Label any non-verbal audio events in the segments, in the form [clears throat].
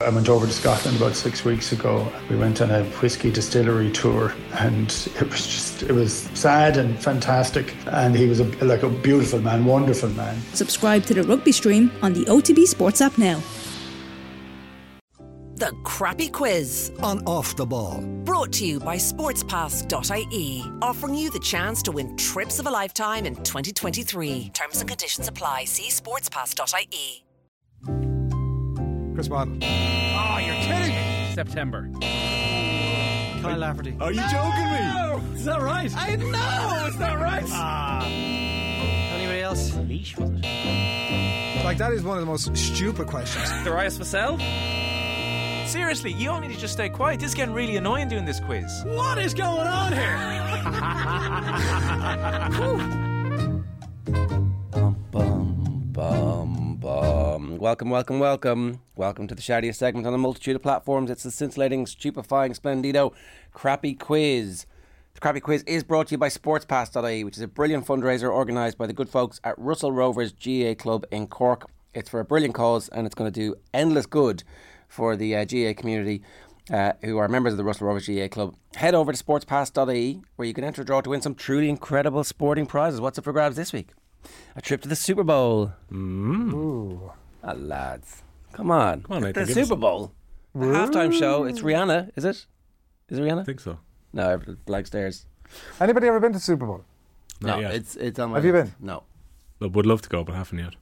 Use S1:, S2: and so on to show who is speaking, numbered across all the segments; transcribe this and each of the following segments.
S1: I went over to Scotland about six weeks ago. We went on a whiskey distillery tour, and it was just it was sad and fantastic. And he was a, like a beautiful man, wonderful man.
S2: Subscribe to the Rugby Stream on the OTB Sports app now.
S3: The Crappy Quiz.
S4: on off the ball.
S3: Brought to you by sportspass.ie, offering you the chance to win trips of a lifetime in 2023. Terms and conditions apply. See sportspass.ie.
S5: Chris Watt.
S6: Oh, you're kidding me.
S7: September.
S6: Kyle Lafferty.
S5: Are you joking me?
S6: Is that right?
S5: I know it's not right.
S6: Anybody else?
S7: Leash, wasn't it?
S5: Like that is one of the most stupid questions.
S7: Darius Vassell?
S8: Seriously, you all need to just stay quiet. This is getting really annoying doing this quiz.
S6: What is going on here?
S7: Bum, bum, bum, bum. Welcome, welcome, welcome. Welcome to the shadiest segment on a multitude of platforms. It's the scintillating, stupefying, splendido, crappy quiz. The crappy quiz is brought to you by sportspass.ie, which is a brilliant fundraiser organised by the good folks at Russell Rovers GA Club in Cork. It's for a brilliant cause and it's going to do endless good for the uh, GA community uh, who are members of the Russell Rovers GA Club. Head over to sportspass.ie where you can enter a draw to win some truly incredible sporting prizes. What's up for grabs this week? A trip to the Super Bowl. Ah, lads. Come on. Come
S9: on, Nathan,
S7: The
S9: give us-
S7: Super Bowl. The halftime show. It's Rihanna, is it? Is it Rihanna?
S9: I think so.
S7: No, blank stares.
S10: Anybody ever been to Super Bowl?
S7: No,
S9: Not yet.
S7: it's it's on my
S10: Have you
S7: list. No.
S9: I would love to go, but I haven't yet.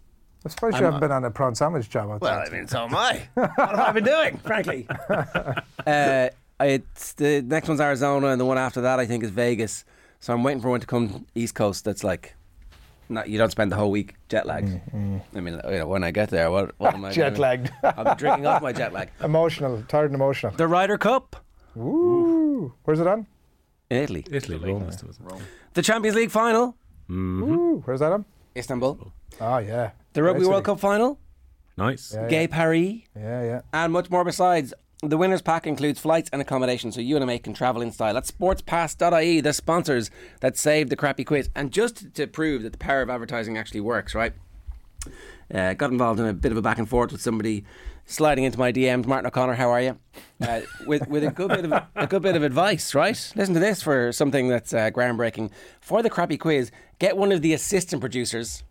S10: I'm surprised you haven't been on a prawn sandwich job. Outside.
S7: Well, I mean, so
S10: [laughs]
S7: am I. what have I been doing, frankly? uh, it's the next one's Arizona, and the one after that I think is Vegas. So I'm waiting for one to come East Coast. That's like, not you don't spend the whole week jet lagged. I mean, you know, when I get there, what, what am I
S10: Mm, [laughs] Jet
S7: doing?
S10: lagged.
S5: [laughs]
S7: I'm drinking off my jet lag.
S10: emotional, tired and emotional.
S7: The Ryder Cup
S10: Ooh, where's it on?
S7: in Italy,
S9: Italy, Rome. is-
S7: the Champions League final,
S10: Ooh, where's that on?
S7: Istanbul,
S5: Ah,
S10: Oh yeah,
S7: the Rugby
S10: Great
S7: World
S10: city.
S7: Cup final,
S9: Nice.
S7: Gay Paris.
S10: Yeah, yeah.
S7: and much more besides. The winner's pack includes flights and accommodation, so you and I can travel in style. That's sportspass.ie, the sponsors that saved the crappy quiz. And just to prove that the power of advertising actually works, right? Uh, got involved in a bit of a back and forth with somebody sliding into my DMs. Martin O'Connor, how are you? Uh, with with a good bit of a good bit of advice, right? Listen to this for something that's uh, groundbreaking for the crappy quiz. Get one of the assistant producers.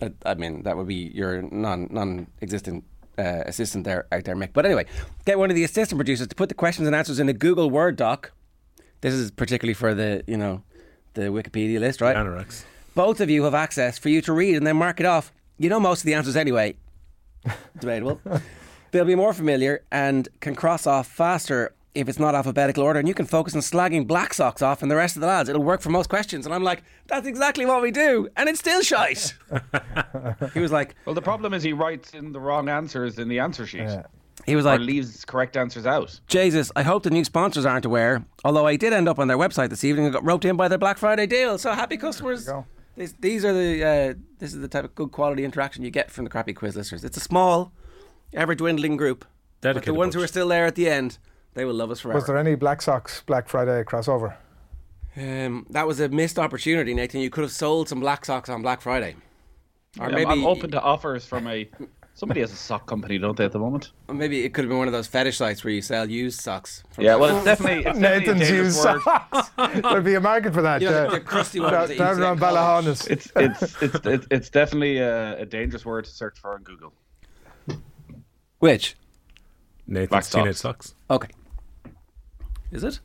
S7: Uh, I mean, that would be your non non existent. Uh, assistant there out there, Mick. But anyway, get one of the assistant producers to put the questions and answers in a Google Word doc. This is particularly for the you know the Wikipedia list, right?
S9: Anorex.
S7: both of you have access for you to read and then mark it off. You know most of the answers anyway. Debatable. They'll be more familiar and can cross off faster if it's not alphabetical order, and you can focus on slagging Black Sox off and the rest of the lads. It'll work for most questions. And I'm like, that's exactly what we do, and it's still shite. he was like,
S11: Well, the problem is he writes in the wrong answers in the answer sheet
S7: he was
S11: or
S7: like,
S11: leaves correct answers out.
S7: Jesus, I hope the new sponsors aren't aware. Although I did end up on their website this evening and got roped in by their Black Friday deal. So happy customers. These, these are the uh, this is the type of good quality interaction you get from the crappy quiz listeners. It's a small, ever dwindling group, but the
S9: Dedicated
S7: ones who
S9: bunch.
S7: are still there at the end, they will love us
S10: Was
S7: forever.
S10: there any Black Sox Black Friday crossover?
S7: um, that was a missed opportunity, Nathan. You could have sold some black socks on Black Friday, or
S11: I'm,
S7: maybe
S11: I'm open to offers from a. Somebody has a sock company, don't they, at the moment?
S7: or maybe it could have been one of those fetish sites where you sell used socks. From
S11: Yeah, well, it's definitely. It's definitely a
S10: Nathan's
S11: dangerous
S10: used
S11: word.
S10: socks. [laughs] There'd be a market for that.
S7: You know,
S10: yeah.
S7: [laughs] the- the crusty ones
S10: down
S7: that you
S10: down
S7: see at
S10: around
S7: college.
S10: Ballahonnas.
S11: It's it's it's it's, it's definitely a, a dangerous word to search for on Google.
S7: which
S9: Nathan's
S11: Black socks.
S9: teenage socks.
S7: Okay. Is it?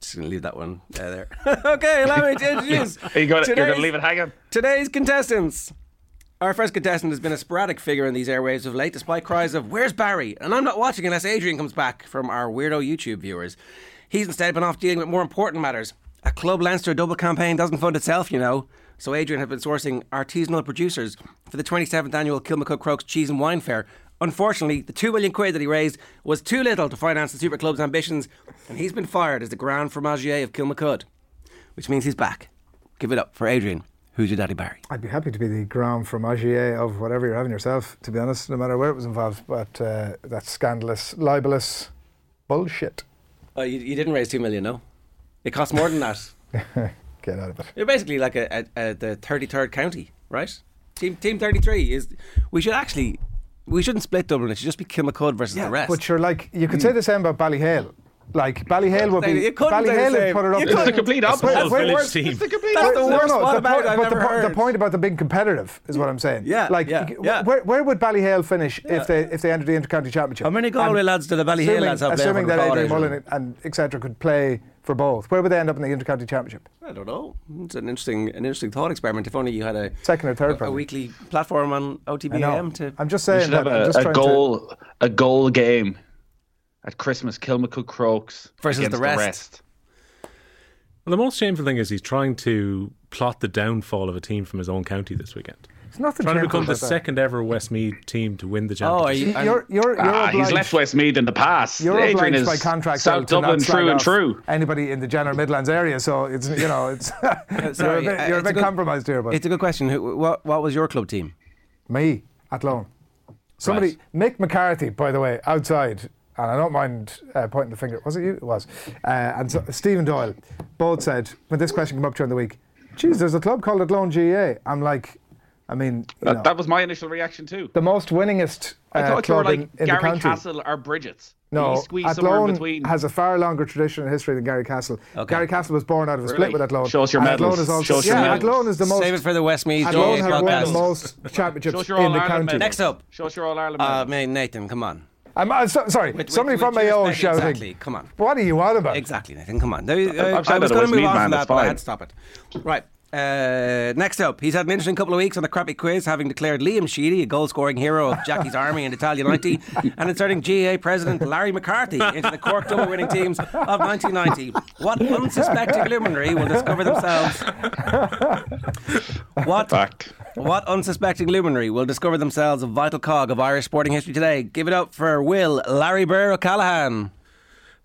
S7: Just gonna leave that one uh, there. [laughs] okay, allow me to introduce
S11: Are [laughs] you going to you're going
S7: Today's-
S11: to leave it hanging?
S7: today's contestants. Our first contestant has been a sporadic figure in these airwaves of late, despite cries of "Where's Barry?" and "I'm not watching unless Adrian comes back" from our weirdo YouTube viewers. He's instead been off dealing with more important matters. A club Leinster double campaign doesn't fund itself, you know. So Adrian has been sourcing artisanal producers for the 27th annual Kilmacook Crokes Cheese and Wine Fair. Unfortunately, the two million quid that he raised was too little to finance the super club's ambitions, and he's been fired as the Grand Fromagier of Kilmacud, which means he's back. Give it up for Adrian. Who's your daddy, Barry?
S10: I'd be happy to be the grand fromagier of whatever you're having yourself, to be honest, no matter where it was involved. But uh, that's scandalous, libelous bullshit. [laughs]
S7: Oh, you, you didn't raise two million, no? It costs more than [laughs] that.
S10: Get out of it.
S7: You're basically like a, a, a the thirty third county, right? Team Team thirty three is. We should actually We shouldn't split Dublin. It should just be Kilmacud versus the rest.
S10: But you're like, you could say the same about Ballyhale. Like Ballyhale would be.
S7: Hmm. You couldn't say the
S10: Ballyhale would
S7: same.
S10: put it up.
S7: You couldn't. It's the complete
S10: That's
S7: opposite.
S10: way- way
S7: Village
S10: worse.
S7: team.
S10: It's the complete
S7: That's the
S10: opposite.
S7: worst one about
S10: point,
S7: it I've
S10: but the,
S7: ever
S10: po- the
S7: heard.
S10: point about the being competitive is what I'm saying.
S7: Yeah,
S10: Like,
S7: yeah,
S10: you-
S7: yeah.
S10: Where, where would Ballyhale finish
S7: Yeah.
S10: if they if they entered the intercounty championship?
S7: How many Galway
S10: And
S7: lads do the Ballyhale
S10: assuming-
S7: lads have there
S10: Assuming
S7: for the
S10: that Adrian
S7: Galways?
S10: Mullen and etc. could play for both, where would they end up in the intercounty championship?
S7: I don't know. It's an interesting, an interesting thought experiment. If only you had a
S10: Second or third,
S7: a, a
S10: probably.
S7: weekly platform on
S10: I know.
S7: OTBAM to.
S10: I'm [laughs] just
S11: We
S10: saying
S11: should have
S10: that. I'm
S11: a,
S10: just
S11: a
S10: trying
S11: goal, a goal game at Christmas. Kilmacook Crokes
S7: Versus the
S11: against
S7: rest.
S9: Well, the most shameful thing is he's trying to plot the downfall of a team from his own county this weekend.
S10: To, it's nothing
S9: Trying to
S10: shameful
S9: become the
S10: about that.
S9: second ever Westmead team to win the
S7: Oh,
S9: championship.
S7: are you,
S10: You-
S7: I'm-
S10: You're, you're, you're
S11: Ah, he's
S10: obliged-
S11: left Westmead in the past.
S10: You're
S11: Adrian
S10: obliged
S11: is
S10: by contract
S11: South
S10: though, to not
S11: Dublin
S10: slag
S11: true and
S10: off
S11: true.
S10: Anybody in the general Midlands area, so it's you know it's [laughs]
S7: [laughs] sorry,
S10: you're a
S7: uh,
S10: bit, you're a
S7: it's a
S10: bit
S7: good-
S10: compromised here, but
S7: it's a good question. Who, what, what was your club team?
S10: me at loan. Somebody, Mick McCarthy, by the way, outside, and I don't mind uh, pointing the finger. Was it you? It was. Uh, and so, Stephen Doyle both said when this question came up during the week, "Geez, there's a club called Athlone GA." I'm like, I mean, you know,
S11: That, that was my initial reaction too.
S10: the most winningest uh,
S11: I thought you were
S10: club
S11: like
S10: in, in the
S11: Gary
S10: country.
S11: Castle or Bridget's.
S10: No,
S11: you squeeze somewhere in
S10: Athlone
S11: between.
S10: has a far longer tradition and history than Gary Castle. Gary Castle was born out of a split
S11: Really?
S10: with Athlone.
S11: Show us your
S10: and
S11: medals.
S10: Athlone is also,
S11: Show us your
S10: yeah,
S11: medals.
S10: Athlone is the most.
S7: Save it for the Westmead
S10: Athlone
S7: GAA
S10: have won
S7: podcast.
S10: the most [laughs]
S11: Show us
S10: championships
S11: your All
S10: in the
S11: Ireland
S10: county.
S11: medal.
S7: Next up.
S11: Show us your All Ireland.
S7: Uh,
S11: medal.
S7: mate, Nathan, come on.
S10: I'm, I'm so, sorry,
S7: With-
S10: somebody
S7: with-
S10: from
S7: with
S10: Mayo
S7: respect,
S10: shouting.
S7: Exactly, come on.
S10: What are you on about?
S7: Exactly, Nathan. Come on. Now, you- I, I
S11: I've said
S7: was
S11: it, it
S7: going
S11: was
S7: to move
S11: me,
S7: on
S11: man,
S7: from that,
S11: it's
S7: but I
S11: fine.
S7: had to stop it. Right. Uh, next up, he's had an interesting couple of weeks on the crappy quiz, having declared Liam Sheedy a goal-scoring hero of Jackie's Army and Italian 90, and inserting GA President Larry McCarthy into the Cork double winning teams of 1990. What unsuspecting luminary will discover themselves? What
S11: Fact.
S7: what unsuspecting luminary will discover themselves a vital cog of Irish sporting history today? Give it up for Will Larry Burr O'Callaghan.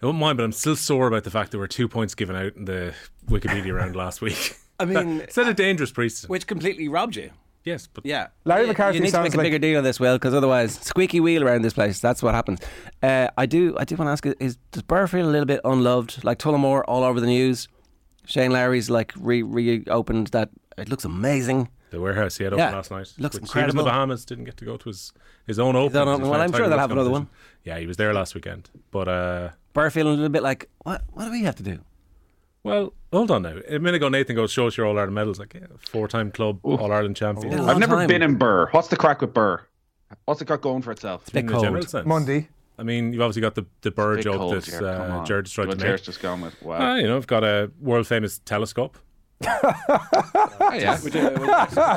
S9: I wouldn't mind, but I'm still sore about the fact there were two points given out in the Wikipedia round last week. [laughs]
S7: I mean,
S9: Set a dangerous precedent.
S7: which completely robbed you.
S9: yes, but
S7: Yeah.
S10: Larry
S7: You-
S10: McCarthy
S7: You need to
S10: sounds
S7: make a
S10: like-
S7: bigger deal of this, Will, because otherwise, squeaky wheel around this place. That's what happens. Uh, I do. I do want to ask: Is does Burr feel a little bit unloved? Like Tullamore, all over the news. Shane Larry's like re- reopened that. It looks amazing.
S9: the warehouse he had open
S7: Yeah,
S9: last night. which he
S7: looks
S9: was in
S7: incredible.
S9: the Bahamas didn't get to go to his his own open.
S7: own opening. Well, I'm sure they'll have another one.
S9: Yeah, he was there last weekend, but uh,
S7: Burr feeling a little bit like, what? What do we have to do?
S9: well, hold on now. A minute ago, Nathan goes, "Show us your All Ireland medals." Like yeah, four-time club All Ireland champion.
S7: Ooh.
S9: In
S7: Long
S11: I've never
S7: time.
S11: been in Burr. What's the crack with Burr? What's the crack going for itself?
S7: Bit
S9: the
S7: cold.
S9: general sense.
S10: Monday.
S9: I mean, you've obviously got the the bird
S11: Big
S9: joke
S11: cold,
S9: that
S11: Jared, come
S9: uh,
S11: on.
S9: Jared tried
S11: What
S9: to
S11: Jared's
S9: make.
S11: just gone [laughs] with.
S9: Ah,
S11: Wow.
S9: you know, I've got a world famous telescope.
S11: yeah.
S7: Would you, would you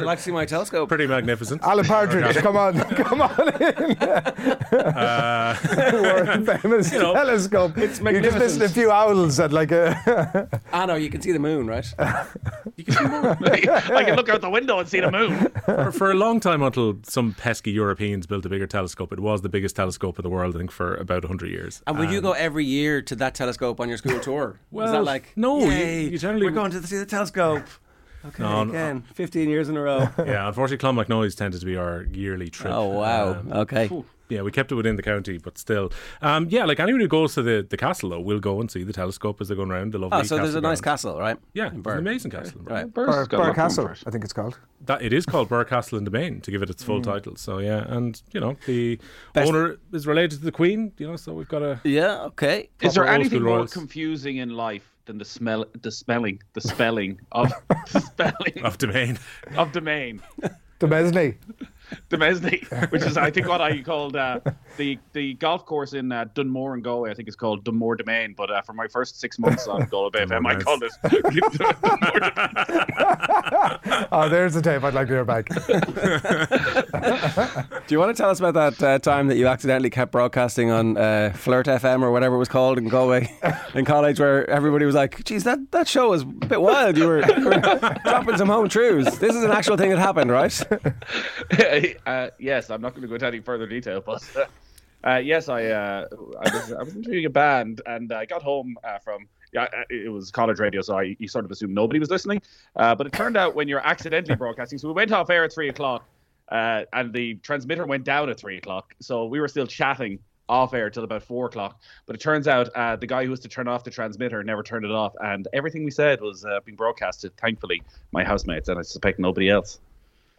S7: like to see my telescope?
S9: Pretty magnificent. [laughs]
S10: Alan Partridge, come on, [laughs] come on in. [laughs]
S9: Uh, [laughs]
S10: World famous
S9: you know,
S10: telescope. It's you just
S9: magnificent.
S10: missed a few owls at like a.
S7: Ah, no, you can see the moon, right?
S11: I can look out the window and see the [laughs] moon.
S9: for, for a long time, until some pesky Europeans built a bigger telescope, it was the biggest telescope in the world, I think, for about 100 years.
S7: And would you go every year to that telescope on
S9: [laughs]
S7: your school tour? Is
S9: Well,
S7: that like
S9: no, you-
S7: Yay,
S9: you generally-
S7: we're going to see
S9: [laughs]
S7: the telescope. Okay,
S9: No, uh, no.
S7: again, fifteen years in
S9: [laughs]
S7: a row. [laughs]
S9: Yeah, unfortunately, Clonmacnoise tended to be our yearly trip.
S7: oh wow.
S9: Um,
S7: okay.
S9: yeah, we kept it within the county, but still. Um, yeah, like anyone who goes to the, the castle, though, will go and see the telescope as they're going around. The lovely
S7: Oh, so there's a nice
S9: grounds.
S7: castle, right?
S9: Yeah,
S7: In
S9: it's
S7: Bern.
S9: an amazing castle. in Bern.
S7: Right.
S10: Burr, Burr Castle, I think it's called.
S9: That, it is called Burr Castle in the Main to give it its full title. So, yeah, and, you know, the
S7: Mm. Best-
S9: owner is related to the Queen, you know, so we've got a. [laughs]
S7: Yeah. Okay.
S11: Is there
S9: Proper old
S11: anything
S9: school
S11: more
S9: royals.
S11: confusing in life than the smell, the smelling, the spelling of [laughs] the spelling
S9: Of domain.
S11: of domain,
S10: Demesne.
S11: Domesday, which is I think what I called uh, the the golf course in uh, Dunmore and Galway. I think it's called Dunmore Domain. But uh, for my first six months on Galway FM, I
S9: Dunmore
S11: called it [laughs] Dunmore Domain.
S10: Oh, there's the tape I'd like to hear back.
S7: Do you want to tell us about that uh, time that you accidentally kept broadcasting on uh, Flirt FM or whatever it was called in Galway
S9: [laughs]
S7: in college, where everybody was like, "Geez, that, that show was a bit wild. You were, you were [laughs] dropping some home truths. This is an actual thing that happened, right?" [laughs]
S11: [laughs] uh, yes, I'm not going to go into any further detail, but uh, yes, I, uh, I was I was interviewing a band, and I got home uh, from yeah, uh, it was college radio, so I you sort of assumed nobody was listening, uh, but it turned out when you're accidentally broadcasting, so we went off air at three o'clock, uh, and the transmitter went down at three o'clock, so we were still chatting off air till about four o'clock but it turns out uh, the guy who was to turn off the transmitter never turned it off and everything we said was uh, being broadcasted thankfully my housemates and i suspect nobody else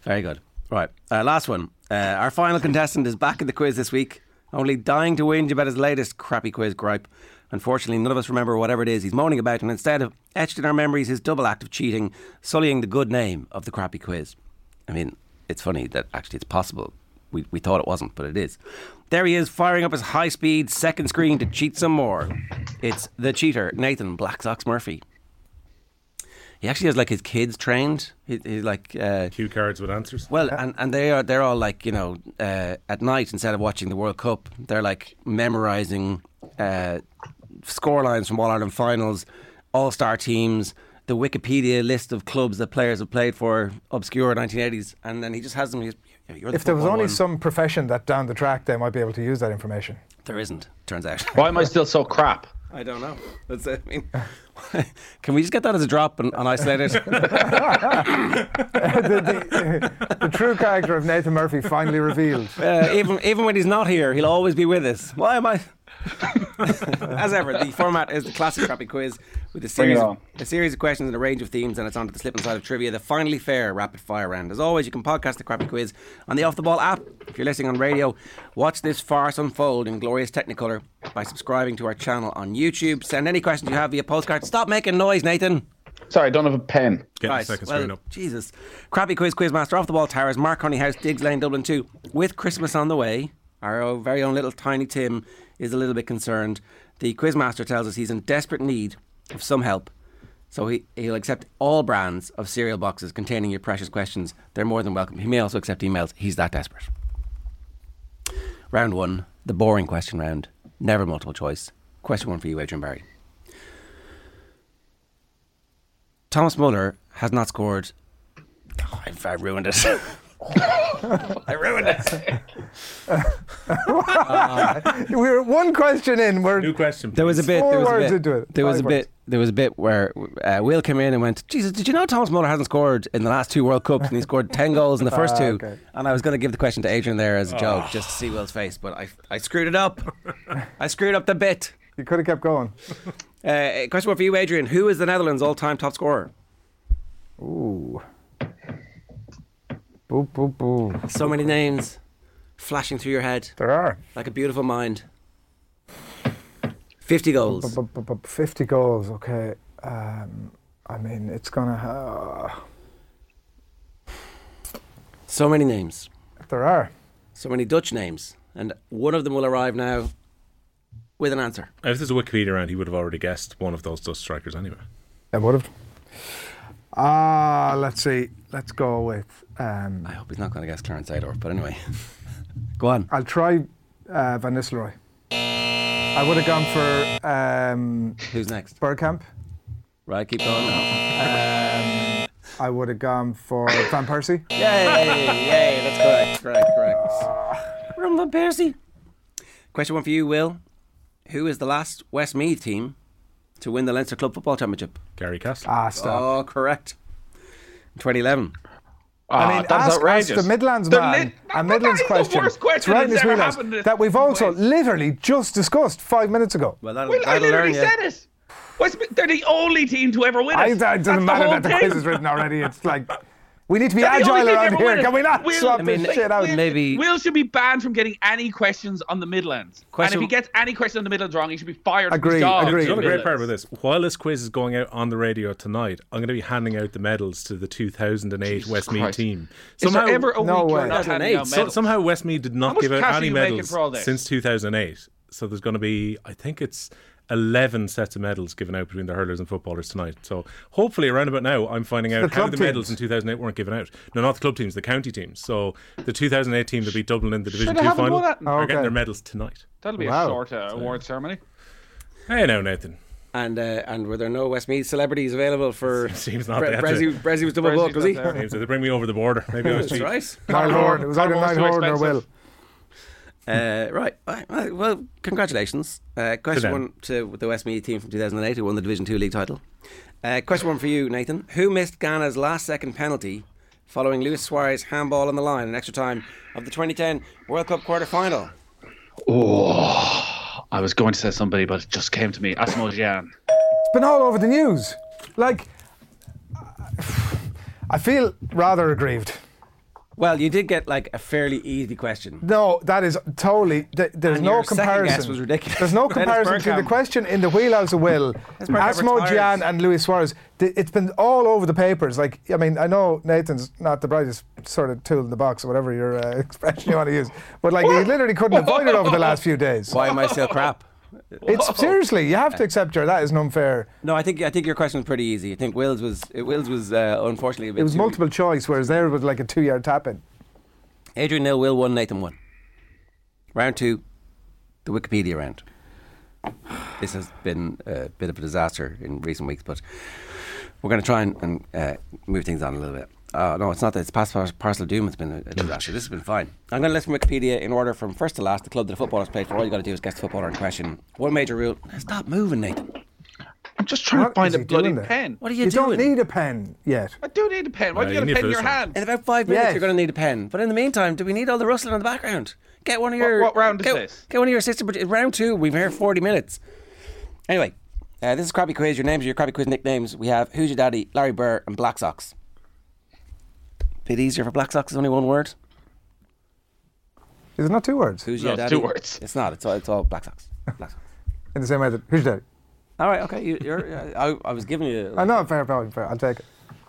S7: Very good. Right. Uh, last one. Uh, our final contestant is back in the quiz this week, only dying to whinge about his latest crappy quiz gripe. Unfortunately, none of us remember whatever it is he's moaning about, and instead of etched in our memories his double act of cheating, sullying the good name of the crappy quiz. I mean, it's funny that actually it's possible. We, we thought it wasn't, but it is. There he is, firing up his high speed second screen to cheat some more. It's the cheater, Nathan Black Sox Murphy. He actually has like his kids trained. He, he's like uh,
S9: cue cards with answers.
S7: Well, and, and they are they're all like you know uh, at night instead of watching the World Cup, they're like memorizing uh, score lines from All Ireland finals, All Star teams, the Wikipedia list of clubs that players have played for, obscure 1980s, and then he just has them. He's, You're the
S10: If there was
S7: football
S10: only
S7: one."
S10: some profession that down the track they might be able to use that information. [laughs]
S7: there isn't, turns out.
S11: Why am I still so crap?
S7: I don't know. That's it. I mean, [laughs] can we just get that as a drop and, and
S10: [laughs]
S7: isolate it?
S10: The true character of Nathan Murphy finally revealed.
S7: Uh, even even when he's not here, he'll always be with us. Why am I? [laughs] As ever, the format is the classic crappy quiz with a series,
S11: on.
S7: a series of questions and a range of themes, and it's onto the slip and slide of trivia, the finally fair rapid fire round. As always, you can podcast the crappy quiz on the Off the Ball app. If you're listening on radio, watch this farce unfold in glorious Technicolor by subscribing to our channel on YouTube. Send any questions you have via postcard. Stop making noise, Nathan.
S11: Sorry, I don't have a pen.
S9: Get
S7: Right,
S9: the second
S7: well,
S9: screen up.
S7: Jesus. Crappy Quiz Quizmaster off the wall towers, Mark Honeyhouse, Diggs Lane, Dublin 2. With Christmas on the way, our own- very own little tiny Tim is a little bit concerned. The Quizmaster tells us he's in desperate need of some help. So he, he'll accept all brands of cereal boxes containing your precious questions. They're more than welcome. He may also accept emails. He's that desperate. Round one, the boring question round. Never multiple choice. Question one for you, Adrian Barry. Thomas Muller has not scored. Oh, I, I ruined it. [laughs] I ruined
S10: [laughs]
S7: it.
S10: We We're one question in. We're
S9: New question.
S7: There was a
S9: please.
S7: bit.
S10: Four
S7: There was a
S10: words
S7: bit.
S10: into it.
S7: There was
S10: Five
S7: a bit. There was a bit where uh, Will came in and went, "Jesus, did you know Thomas Muller hasn't scored in the last two World Cups and he scored
S10: [laughs]
S7: ten goals in the first two?
S10: Ah, okay.
S7: And I was going to give the question to Adrian there as a joke, just to see Will's face, but I I screwed it up. I screwed up the bit.
S10: You could have kept going.
S7: Uh, question one for you, Adrian. Who is the Netherlands' all-time top scorer?
S10: Ooh. Boo, boo, boo.
S7: So many names flashing through your head
S10: There are.
S7: like a beautiful mind. Fifty goals.
S10: Bu- bu- bu- 50 goals, okay. Um, I mean, it's going to. Uh,
S7: So many names.
S10: there are.
S7: So many Dutch names. And one of them will arrive now with an answer.
S9: If there's a Wikipedia around, he would have already guessed one of those dust strikers anyway.
S10: I would have. Ah, let's see. Let's go with. Um,
S7: I hope he's not going to guess Clarence Seedorf, but anyway. [laughs] Go on.
S10: I'll try uh, Van Nistelrooy. I would have gone for um,
S7: Who's next?
S10: Bergkamp.
S7: Right, keep going now.
S10: I would have gone for Van Persie.
S7: Yay, yay, that's correct, correct, correct. Rum Van Persie. Question one for you, Will. Who is the last Westmeath team to win the Leinster Club Football Championship?
S9: Gary Castle.
S10: Ah, stop.
S7: Oh, correct. 2011.
S11: Ah,
S10: I mean,
S11: that's
S10: ask, ask
S11: outrageous.
S10: the Midlands
S11: The
S10: man.
S11: lit- that-
S10: a
S11: that
S10: Midlands
S11: is the
S10: question.
S11: worst question
S10: It's right in
S11: that's
S10: his
S11: ever
S10: wheelhouse.
S11: happened in-
S10: That we've also
S11: Wait.
S10: literally just discussed five minutes ago.
S7: Well, that'll,
S11: Well, I
S7: that'll
S11: literally
S7: learn you.
S11: said it. West, they're the only team to ever win it.
S10: I, it doesn't
S11: That's the
S10: matter
S11: whole
S10: that the
S11: thing.
S10: quiz is written already. It's like we need to be
S11: They're the only
S10: agile
S11: team to
S10: around
S11: ever
S10: here.
S11: win it.
S10: Can we not
S11: Will-
S10: swap
S11: I
S7: mean,
S10: this shit out?
S11: Will,
S7: maybe-
S11: Will should be banned from getting any questions on the Midlands.
S7: Question-
S11: And if he gets any question on the Midlands wrong, he should be fired. from his
S10: Agree,
S11: job.
S10: agree.
S9: The other
S10: Really?
S9: great part about this, while this quiz is going out on the radio tonight, I'm going to be handing out the medals to the 2008 Westmead
S11: Christ.
S9: team.
S11: Is there ever a
S10: No
S11: week
S10: way.
S11: you're not handing out
S9: So-
S11: medals?
S9: somehow Westmead did
S11: How
S9: not
S11: much
S9: give
S11: cash
S9: out
S11: are
S9: any
S11: you making
S9: medals
S11: for all this?
S9: since 2008. So there's going to be, I think it's 11 sets of medals given out between the hurlers and footballers tonight. So hopefully around about now, I'm finding out
S10: the
S9: how
S10: club
S9: the medals in
S10: teams.
S9: 2008 weren't given out. No, not the club teams, the county teams. So the 2008 team that beat Dublin in the Division
S11: Should I
S9: 2
S11: have
S9: final
S11: won that?
S9: are
S10: Okay.
S9: getting their medals tonight.
S11: That'll be
S10: Wow.
S11: a short uh, award ceremony.
S9: Hey now, Nathan. [laughs]
S7: And uh, and were there no Westmeath celebrities available
S11: [laughs]
S7: for?
S9: Seems not
S7: Bre-
S9: that,
S7: Brezzy,
S9: uh,
S7: Brezzy was double
S11: Brezzy's
S7: booked, was he?
S10: [laughs]
S11: not there.
S9: Hey, so they bring me over the border. Maybe
S7: [laughs]
S9: I was
S7: That's
S9: cheap.
S7: right.
S10: Niall Horan. It was either
S11: Niall
S10: Niall
S11: Horan's
S10: Horan or
S11: too
S10: Will.
S11: expensive.
S7: Uh, right. right, right. Well, congratulations. Uh,
S9: To
S7: question
S9: them.
S7: one to the Westmeath team from 2008 who won the Division Two league title. Uh, question one for you, Nathan. Who missed Ghana's last second penalty following Luis Suarez handball on the line in extra time of the 2010 World Cup quarter final?
S11: Oh, I was going to say somebody, but it just came to me. Asmodean.
S10: It's been all over the news. [sighs] Like, I feel rather aggrieved.
S7: Well, you did get like a fairly easy question.
S10: No, that is totally. th- There's
S7: And
S10: no
S7: your second
S10: comparison.
S7: guess was ridiculous.
S10: There's no
S7: [laughs] Dennis
S10: comparison between the
S7: Bergkamp.
S10: question in the wheelhouse of Will,
S7: Bergkamp
S10: Asmo
S7: retired.
S10: Gian, and Luis Suarez. Th- It's been all over the papers. Like, I mean, I know Nathan's not the brightest sort of tool in the box or whatever your uh, [laughs] expression you want to use, but like, he literally
S7: [laughs]
S10: couldn't avoid it over the last few days.
S7: Why am I still crap?
S10: [laughs] It's seriously, you have to accept your that is an unfair.
S7: No, I think I think your question was pretty easy. I think Will's was uh, Will's was uh, unfortunately a bit
S10: It was
S7: too-
S10: multiple choice, whereas there was like a two-yard tap in.
S7: Adrian Nil, Will one, Nathan one. Round two, the Wikipedia round. This has been a bit of a disaster in recent weeks, but we're going to try and, and uh, move things on a little bit. Uh, no, it's not that. It's past par- parcel of doom. It's been a, a disaster. This has been fine. I'm going to list from Wikipedia in order from first to last. The club that the footballers played for. All you got to do is guess the footballer in question. One major rule: stop moving, Nathan.
S11: I'm just trying to
S10: What
S11: find
S10: is
S11: a
S10: he
S11: bloody
S10: doing there?
S11: pen.
S7: What are you
S10: You don't
S7: doing?
S10: need a pen yet.
S11: I do need a pen. Why
S9: Nah,
S11: do
S9: you
S11: you got
S9: need
S11: a pen
S9: for
S11: in
S9: this
S11: your
S9: one.
S11: hand?
S7: In about five minutes,
S10: Yes.
S7: you're going to need a pen. But in the meantime, do we need all the rustling in the background? Get one of your.
S11: what round is
S7: get,
S11: this?
S7: Get one of your sister. produ- Round two. We've been here forty minutes. Anyway, uh, this is Crappy Quiz. Your names are your Crappy Quiz nicknames. We have Who's Your Daddy, Larry Burr, and Black Sox. Bit easier for Black Sox. Is only one word.
S10: Is it not two words?
S7: Who's
S11: No,
S7: your
S11: it's
S7: daddy?
S11: two words.
S7: It's not. It's all, it's all Black Sox. Black Sox.
S10: In the same way that who's that?
S7: All right. Okay. You, you're. uh, I, I was giving you.
S10: I know, fair, fair, fair. I'll take it.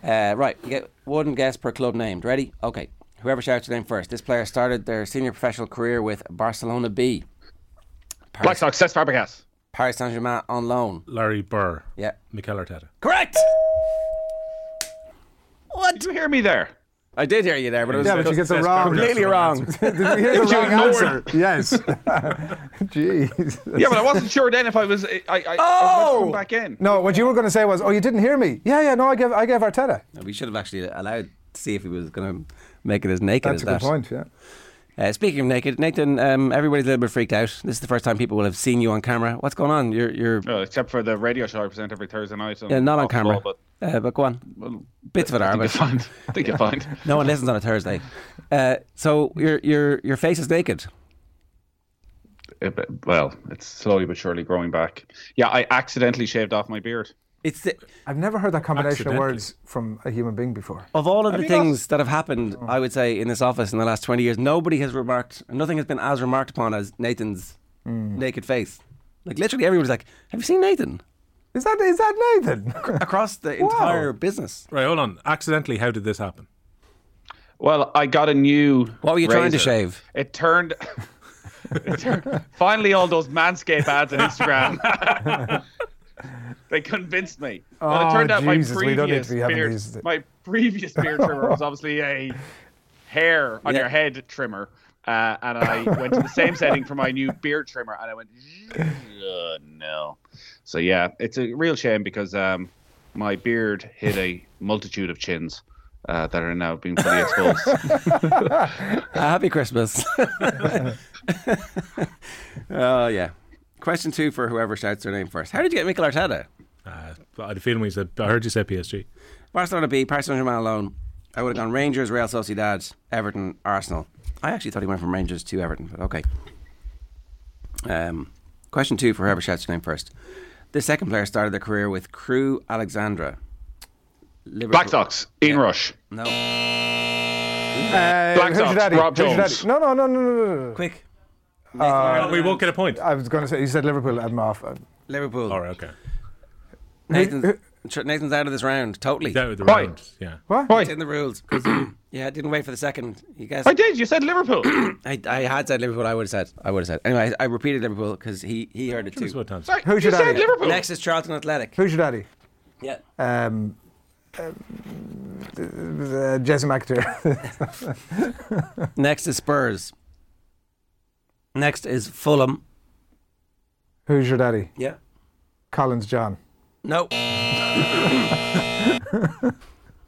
S7: Uh, right, you get one guess per club named. Ready? Okay. Whoever shouts your name first. This player started their senior professional career with Barcelona B. Paris,
S11: Black Sox, Cesc Fabregas.
S7: Paris Saint Germain on loan.
S9: Larry Burr.
S7: Yeah.
S9: Mikel Arteta.
S7: Correct!
S11: Did you hear me there?
S7: I did hear you there, but it was
S10: Yeah, but she gets it wrong.
S7: completely
S10: [laughs]
S7: wrong.
S10: Did we
S11: [laughs]
S10: hear the
S11: You
S10: wrong answer?
S11: ignored
S10: Yes. [laughs]
S11: [laughs]
S10: Jeez.
S11: Yeah, but I wasn't sure then if I was. I, I,
S10: Oh!
S11: I
S7: Oh!
S11: was about to come back in.
S10: No, what you were going to say was, "Oh, you didn't hear me." Yeah, yeah. No, I gave, I gave Arteta.
S7: we should have actually allowed to see if he was going to make it as naked
S10: That's
S7: as
S10: a
S7: that.
S10: good point. Yeah.
S7: Uh, speaking of naked, Nathan, um, everybody's a little bit freaked out. This is the first time people will have seen you on camera. What's going on? You're, you're
S11: No, except for the radio show I present every Thursday night. so
S7: uh, not on
S11: off the
S7: camera.
S11: ball,
S7: uh, but go on. Bits of it
S11: but I
S7: are,
S11: think you'll
S7: but
S11: find. I think you'll find.
S7: No one listens on a Thursday. Uh, so your your your face is naked.
S11: Uh, but- well, it's slowly but surely growing back. Yeah, I accidentally shaved off my beard.
S7: It's the,
S10: I've never heard that combination of
S9: Accidentally.
S10: words from a human being before.
S7: of all of the
S11: you
S7: things that have happened, I would say in this office in the last twenty years, nobody has remarked, nothing has been as remarked upon as Nathan's naked face. Like literally, everyone's like, "Have you seen Nathan?"
S10: Is that is that
S11: [laughs]
S10: Nathan?
S7: Across the entire business.
S9: Right, hold on. Accidentally, how did this happen?
S11: Well, I got a new.
S7: What were you trying to
S11: razor.
S7: shave?
S11: It turned. [laughs] it turned- Finally, all those manscape ads on Instagram. [laughs] they convinced me. But
S10: Oh,
S11: it turned out
S10: Jesus,
S11: my
S10: we
S11: previous
S10: don't need to be having
S11: beard,
S10: these-
S11: my previous beard trimmer was obviously a hair on
S7: Yeah.
S11: your head trimmer. Uh, and I went to the same setting for my new beard trimmer, and I went, "Ugh, no. So yeah, it's a real shame because um, my beard hid a multitude of chins uh, that are now being fully exposed.
S10: [laughs]
S7: A Uh, happy Christmas. [laughs] Oh yeah. Question two for whoever shouts their name first. How did you get Mikel Arteta?
S9: Uh, I had a feeling we said, I heard you say PSG.
S7: Barcelona B, Paris Saint Germain alone. I would have gone Rangers, Real Sociedad, Everton, Arsenal. I actually thought he went from Rangers to Everton, but okay. Um, question two for whoever shouts your name first. The second player started their career with Crew Alexandra. Liverpool.
S11: Black Sox, Ian Rush.
S7: No.
S10: Uh,
S11: Black
S10: who's your
S11: Sox,
S10: daddy?
S11: Rob
S10: Who's your
S11: Jones.
S10: daddy? No, no, no, no, no, no, no.
S7: Quick.
S9: we won't get a point.
S10: I was going to say you said Liverpool. I'm off. Uh,
S7: Liverpool.
S9: All right, okay.
S7: Nathan's, Tr- Nathan's out of this round, totally.
S9: That was the
S11: Right.
S9: round. Yeah.
S10: What?
S7: It's in the rules. [clears throat] yeah, I didn't wait for the second. You guys.
S11: I did. You said Liverpool.
S7: I, I had said Liverpool, I would have said. I would have said. Anyway, I, I repeated Liverpool because he, he heard it
S9: Give us
S7: too.
S9: what times.
S11: Sorry,
S10: Who's
S11: you
S10: your daddy?
S11: said Liverpool.
S7: Next is Charlton Athletic.
S10: Who's your daddy?
S7: Yeah.
S10: Um, uh, uh, Jesse McAteer. [laughs]
S7: Next is Spurs. Next is Fulham.
S10: Who's your daddy?
S7: Yeah.
S10: Collins John.
S7: No.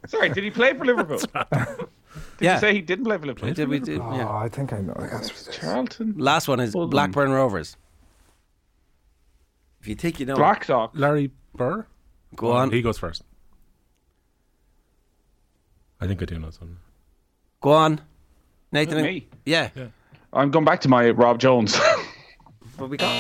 S11: Sorry, did he play for Liverpool? Did
S7: yeah.
S11: you say he didn't play for Liverpool?
S7: Did we do?
S10: Oh,
S7: Yeah.
S10: I think I know the answer to this.
S11: Charlton.
S7: Last one is
S11: Fulham.
S7: Blackburn Rovers. If you think you know,
S11: Black Sox.
S9: Larry Burr?
S7: go on,
S9: He goes first. I think I do know something.
S7: go on. Nathan,
S11: Not me.
S7: yeah,
S11: I'm going back to my Rob Jones. [laughs]
S7: but we got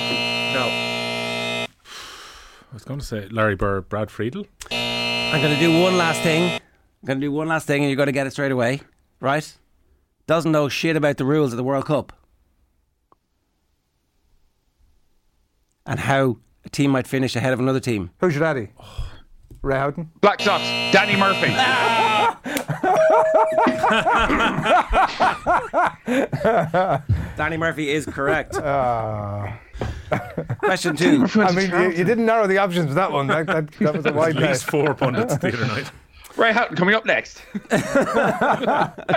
S9: I was going to say Larry Burr, Brad Friedel.
S7: I'm gonna do one last thing. I'm gonna do one last thing, and you're gonna get it straight away, right? doesn't know shit about the rules of the World Cup and how a team might finish ahead of another team.
S10: Who's your daddy? Ray Houghton.
S11: Black Sox, Danny Murphy.
S7: Danny Murphy
S10: [laughs]
S7: is correct.
S10: Ah.
S7: Question two.
S10: I mean, you, you didn't narrow the options with that one. That, that, that was a wide
S9: At
S10: net.
S9: least four pundits the other night.
S11: Ray Houghton coming up next. hey,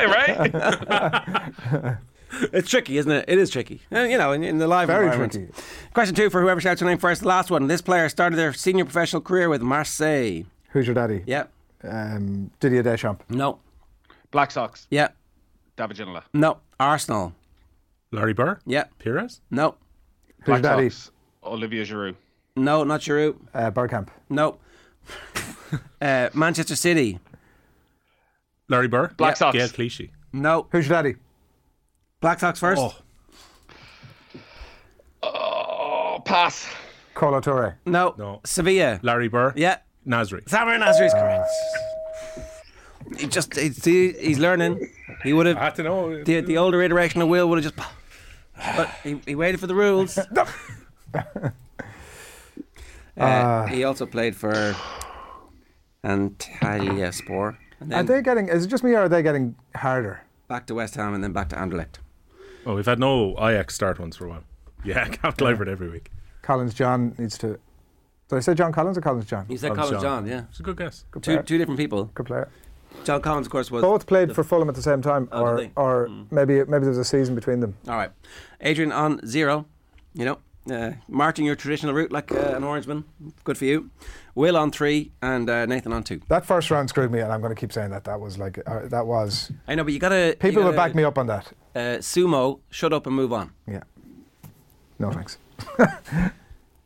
S11: Ray.
S7: It's tricky, isn't it? It is tricky. Uh, you know, in, in the live
S10: Very
S7: environment.
S10: tricky.
S7: Question two for whoever shouts your name first. The last one. This player started their senior professional career with Marseille.
S10: Who's your daddy?
S7: Yep.
S10: Um, Didier Deschamps.
S7: No.
S11: Black Sox,
S7: Yep.
S11: David Ginola.
S7: No. Arsenal.
S9: [laughs] Larry Burr?
S7: Yep.
S9: Pires?
S7: No.
S10: Who's your
S11: Black
S10: daddy?
S11: Sox, Olivia Giroud.
S7: No. Not Giroud.
S10: Uh, Bergkamp.
S7: No. [laughs] uh, Manchester City.
S9: Larry Burr?
S11: Black Sox.
S9: Gail Clichy.
S7: No.
S10: Who's your daddy?
S7: Black Sox first.
S9: Oh,
S11: Oh, pass.
S10: Colo Torre.
S7: No.
S9: No.
S7: Sevilla.
S9: Larry Burr?
S7: yeah.
S9: Nasri.
S7: Samir Nasri is correct.
S10: Ah.
S7: He just he, see, he's learning. He would
S9: I
S7: have
S9: don't know.
S7: the, the older iteration of Will would have just. But he, he waited for
S10: [laughs]
S7: the rules.
S10: Ah.
S7: Uh, he also played for Antalya Sport. And
S10: Are
S7: then
S10: they getting? Is it just me or are they getting harder?
S7: back to West Ham and then back to Anderlecht.
S9: Oh, we've had no IX start ones for a while. Yeah, [laughs] Cap Clifford every week.
S10: Collins John needs to. Did I say John Collins or Collins John?
S7: You said
S9: Collins
S7: Collins John,
S9: John.
S7: yeah.
S9: It's a good guess.
S7: Two, two different people.
S10: Good player.
S7: John Collins, of course, was.
S10: Both played for Fulham at the same time,
S7: Oh,
S10: or
S7: did they?
S10: or maybe maybe there's a season between them.
S7: All right. Adrian on zero, you know, uh, marching your traditional route like uh, an orangeman. Good for you. Will on three and uh, Nathan on two.
S10: That first round screwed me, and I'm going to keep saying that. That was like uh, that was.
S7: I know, but you got to.
S10: People will back me up on that.
S7: Uh, sumo, shut up and move on.
S10: Yeah. No thanks.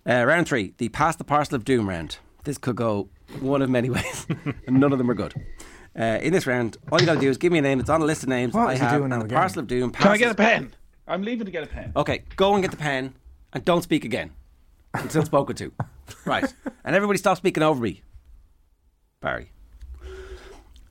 S7: Uh, round three, the pass the parcel of doom round. This could go one of many [laughs] ways, and none of them are good. Uh, in this round, all you got to do is give me a name. It's on a list of names
S10: What
S7: I
S10: is he
S7: have,
S10: doing
S7: and
S10: now
S7: the
S10: again?
S7: parcel of doom. Passes.
S11: Can I get a pen? I'm leaving to get a pen.
S7: Okay, go and get the pen, and don't speak again until spoken to. Right, and everybody stop speaking over me. Barry.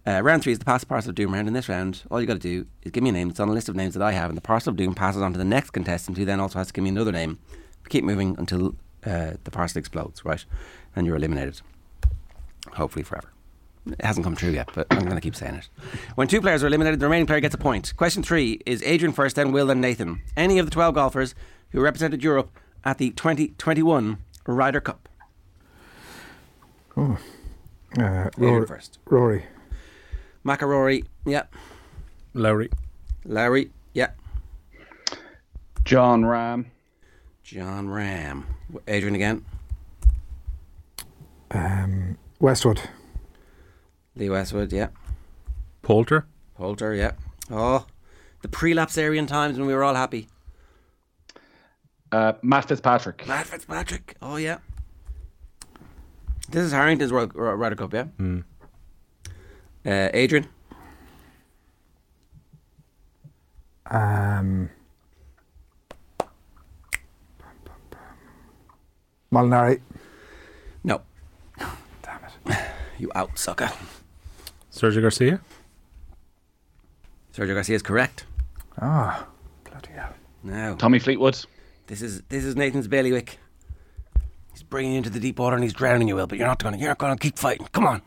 S7: Uh, round three is the pass the parcel of doom round. In this round, all you got to do is give me a name. It's on a list of names that I have, and the parcel of doom passes on to the next contestant, who then also has to give me another name. We keep moving until uh, the parcel explodes, right? And you're eliminated, hopefully forever. It hasn't come true yet, but I'm going to keep saying it. When two players are eliminated, the remaining player gets a point. Question three is Adrian first, then Will, then Nathan. Any of the 12 golfers who represented Europe at the 2021 Ryder Cup?
S10: Uh,
S7: Adrian first.
S10: Rory.
S7: McElroy, yeah.
S9: Lowry.
S7: Lowry, yeah.
S11: John Ram.
S7: John Ram. Adrian again.
S10: Um, Westwood.
S7: Lee Westwood, yeah.
S9: Poulter.
S7: Poulter, yeah. Oh, the prelapsarian times when we were all happy.
S11: Uh, Matt Fitzpatrick.
S7: Matt Fitzpatrick, oh, yeah. This is Harrington's Ry- Ry- Ryder Cup, yeah? Uh, Adrian?
S10: Um, Molinari.
S7: No.
S10: Damn it.
S7: [sighs] You out, sucker.
S9: Sergio Garcia.
S7: Sergio Garcia is correct.
S10: Ah, bloody hell.
S7: No.
S11: Tommy Fleetwood.
S7: This is this is Nathan's bailiwick. He's bringing you into the deep water and he's drowning you, Will. But you're not gonna you're not gonna keep fighting. Come on.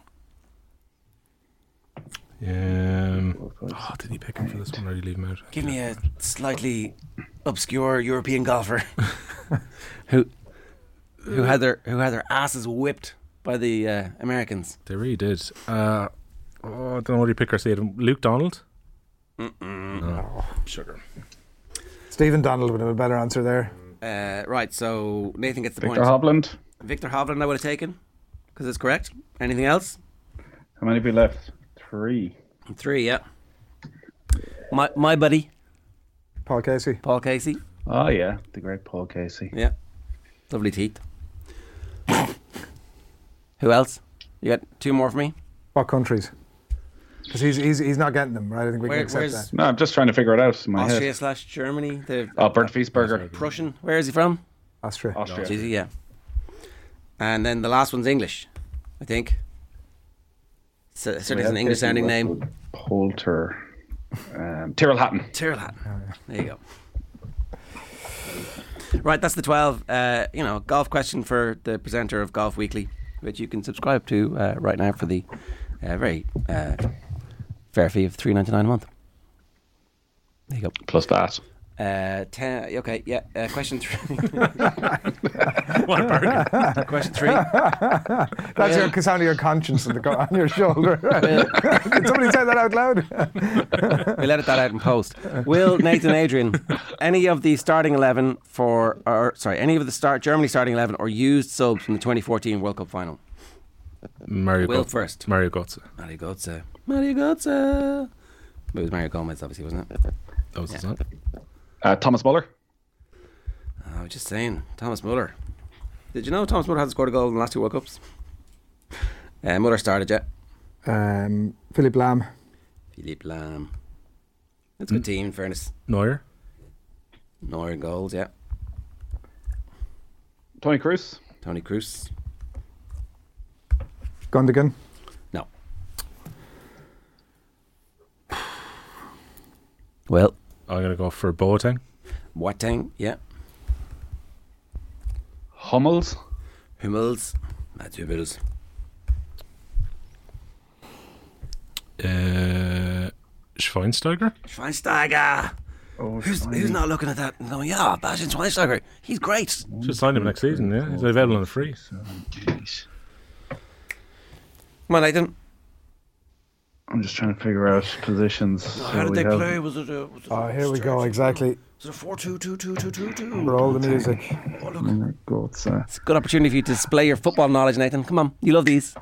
S9: Um, oh, did he pick him for this one or did he leave him out?
S7: Give me a slightly obscure European golfer [laughs] who who had their who had their asses whipped by the uh, Americans.
S9: They really did. Uh, oh, I don't know what you pick Garcia. Luke [laughs] Donald.
S10: Stephen Donald would have a better answer there.
S7: Uh, right, so Nathan gets the
S11: Victor
S7: point.
S11: Hovland.
S7: Victor Hovland, I would have taken because it's correct. Anything else?
S11: How many have we left? Three.
S7: Three, yeah. My my buddy
S10: Paul Casey.
S7: Paul Casey.
S11: Oh, yeah. The great Paul Casey.
S7: Yeah. Lovely teeth. [coughs] Who else? You got two more for me?
S10: What countries? Because he's, he's, he's not getting them, right? I think we
S7: Where-
S10: can accept
S7: where's-
S10: that.
S11: No, I'm just trying to figure it out in my
S7: Austria
S11: head.
S7: slash Germany, the
S11: Oh, Bert Fiesberger.
S7: Prussian. Where is he from?
S10: Austria.
S11: Austria.
S7: Jersey, yeah. And then the last one's English, I think. So, certainly it's an English sounding name.
S11: Poulter. Um, Tyrrell Hatton.
S7: Tyrrell Hatton. There you go. Right, that's the 12. Uh, you know, golf question for the presenter of Golf Weekly, which you can subscribe to uh, right now for the uh, very uh, fair fee of three ninety nine a month. There you go.
S11: Plus that.
S7: Uh, ten, okay, yeah. Uh, question three. [laughs]
S10: What a bargain.
S7: Question three.
S10: That's
S7: Will-
S10: your, sound of your conscience on, the, go- on your
S7: [laughs]
S10: shoulder. [laughs] Did somebody say that out loud?
S7: We'll edit that out in post. Will Nathan Adrian any of the starting eleven for or sorry any of the start Germany starting eleven or used subs from the 2014 World Cup final?
S9: Mario
S7: Will
S9: Götze.
S7: first.
S9: Mario Götze.
S7: Mario Götze. Mario Götze. It was Mario Gomez, obviously, wasn't it?
S9: That was his name.
S11: Uh, Thomas Muller.
S7: I was just saying, Thomas Muller. Did you know Thomas Muller hasn't scored a goal in the last two World Cups? Uh, Muller started yet.
S10: Um, Philip Lam.
S7: Philippe Lam. That's a good team, in fairness.
S9: Neuer.
S7: Neuer in goals, yeah.
S11: Tony Cruz.
S7: Tony Cruz.
S10: Gundogan.
S7: No. [sighs] Well,
S9: I'm going to go for Boateng.
S7: Boateng, yeah.
S11: Hummels.
S7: Hummels. Matthew Hummels.
S9: Uh, Schweinsteiger.
S7: Schweinsteiger.
S11: Oh,
S7: who's, who's not looking at that and going, yeah, Bastian Schweinsteiger, he's great.
S9: Should sign him next season, yeah. He's available on a free.
S11: Jeez.
S7: Come on, Nathan.
S11: I'm just trying to figure out positions.
S7: How did they play? Was it a, was it a
S10: Oh, here we go,
S7: stretch?
S10: exactly.
S7: Was it a 4 2 2 2 2 2 2?
S10: Roll the music.
S7: Oh, look. It's a good opportunity for you to display your football knowledge, Nathan. Come on, you love these.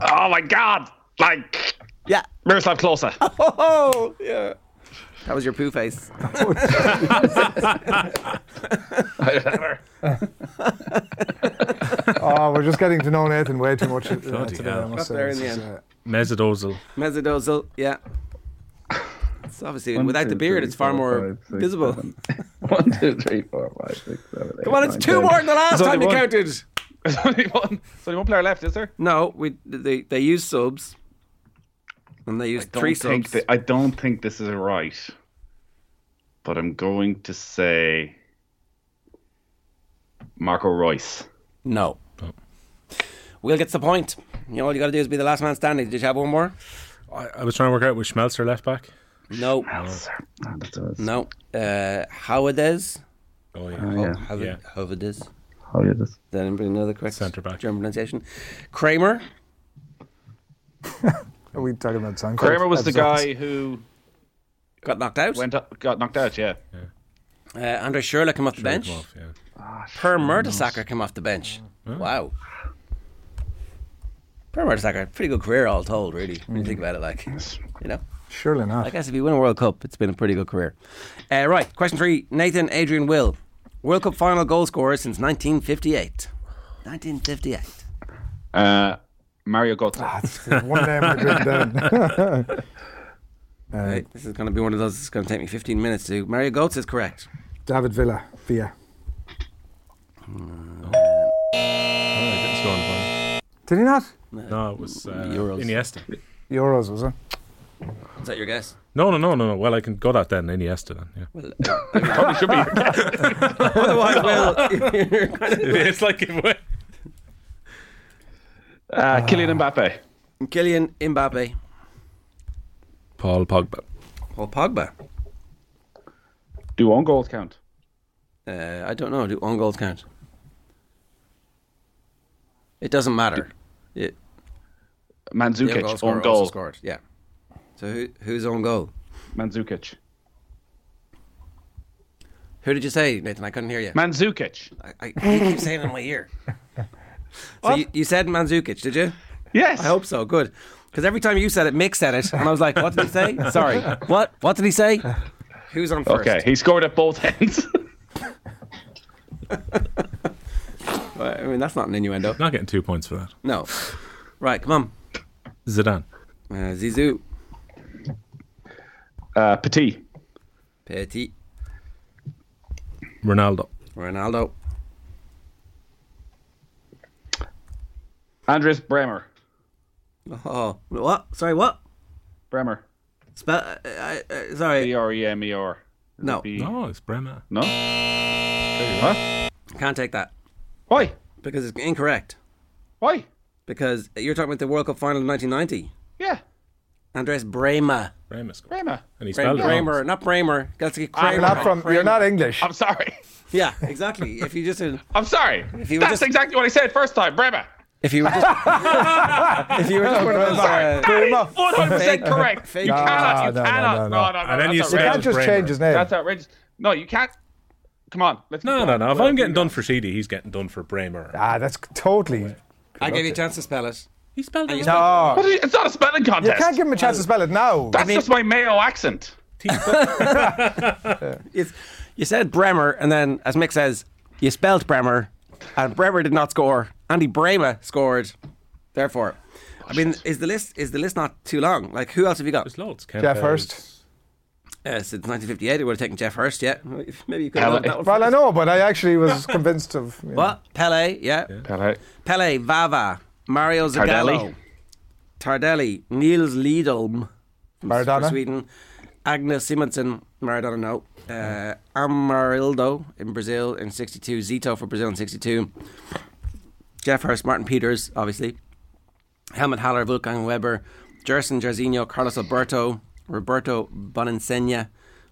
S11: Oh my God! Like
S7: Yeah.
S11: Miroslav [laughs] Klose.
S7: Oh, yeah. That was your poo face.
S10: Oh, we're just getting to know Nathan way too much uh, today. I
S9: hell.
S10: must say.
S7: there in
S10: This is,
S7: the end.
S10: uh,
S9: Mesut Ozil.
S7: Mesut Ozil, yeah. It's obviously,
S11: One,
S7: without
S11: two,
S7: the beard,
S11: three,
S7: it's far
S11: four,
S7: more
S11: five, six,
S7: visible.
S11: seven. [laughs] One, two, three, four, five, six, seven, eight,
S7: Come on, it's
S11: nine,
S7: two
S11: ten.
S7: more than the last
S11: There's only
S7: time you
S11: one-
S7: counted.
S11: There's only one. There's only one player left, is there?
S7: No, we they, they used subs. And they used three subs.
S11: think that, I don't think this is right, but I'm going to say Marco Royce.
S7: No. Will gets the point. You know, all you got to do is be the last man standing. Did you have one more?
S9: I, I was trying to work out which Schmelzer left back.
S7: No. No. Uh, Howades.
S9: Oh, yeah.
S11: Oh, yeah.
S7: Uh,
S9: Yeah.
S7: Howades.
S11: Oh, yeah, this.
S7: Did anybody know the correct
S9: Centre back.
S7: German pronunciation? Kramer.
S10: Are we talking about sound?
S11: Kramer was the
S10: episodes?
S11: guy who
S7: Got knocked out.
S11: went up, got knocked out. Yeah.
S7: Uh, Andre Schürrle came off the bench.
S9: Off, yeah.
S7: Per Mertesacker came off Oh. the bench. Wow. Per Mertesacker, pretty good career all told, really. When you think about it, like you know,
S10: Surely
S7: I
S10: not.
S7: guess if you win a World Cup, it's been a pretty good career. Uh, right, question three: Nathan, Adrian, Will, World Cup final goal scorer since 1958. 1958.
S11: Uh,
S7: [laughs]
S11: Mario Götze.
S10: Ah, One name I've written down.
S7: Right, this is going to be one of those. It's going to take me 15 minutes to. do. Mario Götze is correct.
S10: David Villa. Villa.
S9: Oh, he didn't score on the final.
S10: Did he not?
S9: No, it was uh,
S7: Euros.
S9: Iniesta.
S10: Euros, was it?
S7: Is that your guess?
S9: No, no, no, no, no. Well, I can go that then. Iniesta then. Yeah. [laughs]
S11: Probably should be.
S7: [laughs]
S11: Uh,
S7: Otherwise, [laughs] well, you're kind of
S9: it's like it went.
S11: Uh, Kylian Mbappe.
S7: Kylian Mbappe,
S9: Paul Pogba.
S7: Paul Pogba.
S11: Do on goals count?
S7: Uh, I don't know. Do on goals count? It doesn't matter. It, the
S11: Mandzukic
S7: goal
S11: on
S7: scorer
S11: goal.
S7: also scored. Yeah. So who who's on goal?
S11: Mandzukic.
S7: Who did you say, Nathan? I couldn't hear you.
S11: Mandzukic.
S7: I, I, you keep saying it in my ear. So you, you said Mandzukic, did you?
S11: Yes.
S7: I hope so. Good. Because every time you said it, Mick said it, and I was like, "What did he say? Sorry, what? What did he say? Who's on first?
S11: Okay, he scored at both [laughs] ends.
S7: Well, I mean, that's not an innuendo.
S9: Not getting two points for that.
S7: No. Right, come
S9: Zidane.
S7: on. Uh, Zizou,
S11: uh, Petit.
S7: Petit,
S9: Ronaldo.
S7: Ronaldo,
S11: Andres Bremer.
S7: Oh, what? Sorry, what?
S11: Bremer.
S7: Spell. Uh, uh, uh, sorry.
S11: B R E M E R.
S7: No.
S9: No, Oh, it's Bremer.
S11: No. Huh?
S7: Can't take that.
S11: Why?
S7: Because it's incorrect.
S11: Why?
S7: Because you're talking about the World Cup final of 1990.
S11: Yeah.
S7: Andres Bremer.
S9: Bremer.
S11: Bremer.
S9: And he spelled it
S7: Bremer,
S9: wrong.
S7: Bremer not Bremer. That's
S10: You're not from. You're not English.
S11: I'm sorry.
S7: Yeah, exactly. if you just uh,
S11: I'm sorry.
S7: If you were
S11: That's
S7: just-
S11: exactly what I said first time. Bremer.
S7: if you were just, if you were just one of those, uh,
S11: That is 100% correct.
S7: Fake-
S11: You cannot. You
S10: No, no, no,
S11: cannot.
S10: no,
S11: No,
S10: no.
S11: no, no.
S9: And then you
S11: that's
S9: said-
S10: You can't
S11: outrageous.
S10: just
S9: Bremer.
S10: change his name.
S11: That's outrageous. No, you can't. Come on. Let's
S9: No,
S11: keep
S9: no,
S11: going.
S9: no. If I'm getting done for Sheedy, he's getting done for Bremer.
S10: ah, that's totally.
S7: I gave you a chance to spell it.
S9: He spelled it
S10: No,
S9: wrong.
S11: What are you- It's not a spelling
S10: you
S11: contest.
S10: can't give him a chance to spell it now.
S11: That's just my Mayo accent.
S7: It's, you said Bremer, and then as Mick says, you spelled Bremer, and Bremer did not score. Andy Bremer scored. Therefore, I mean, is the list is the list not too long? Like, who else have you got?
S9: There's loads. Kemp
S10: Jeff
S9: Ellis.
S10: Hurst.
S7: Uh, since 1958, it would have taken Jeff Hurst. Yeah, maybe you could
S11: Pele.
S7: have that one.
S10: Well, I know, but I actually was convinced of. you know.
S7: What? Pele? Yeah. Pele, Vava, Mario Zagallo,
S11: Tardelli.
S7: Tardelli, Niels Lidholm, from
S10: Maradona?
S7: for Sweden, Agnes Simonsen, Maradona, no, uh, Amarildo in Brazil in '62, Zito for Brazil in '62, Jeff Hurst, Martin Peters, obviously, Helmut Haller, Wolfgang Weber, Jerson Jarzinho, Carlos Alberto, Roberto Boninsegna,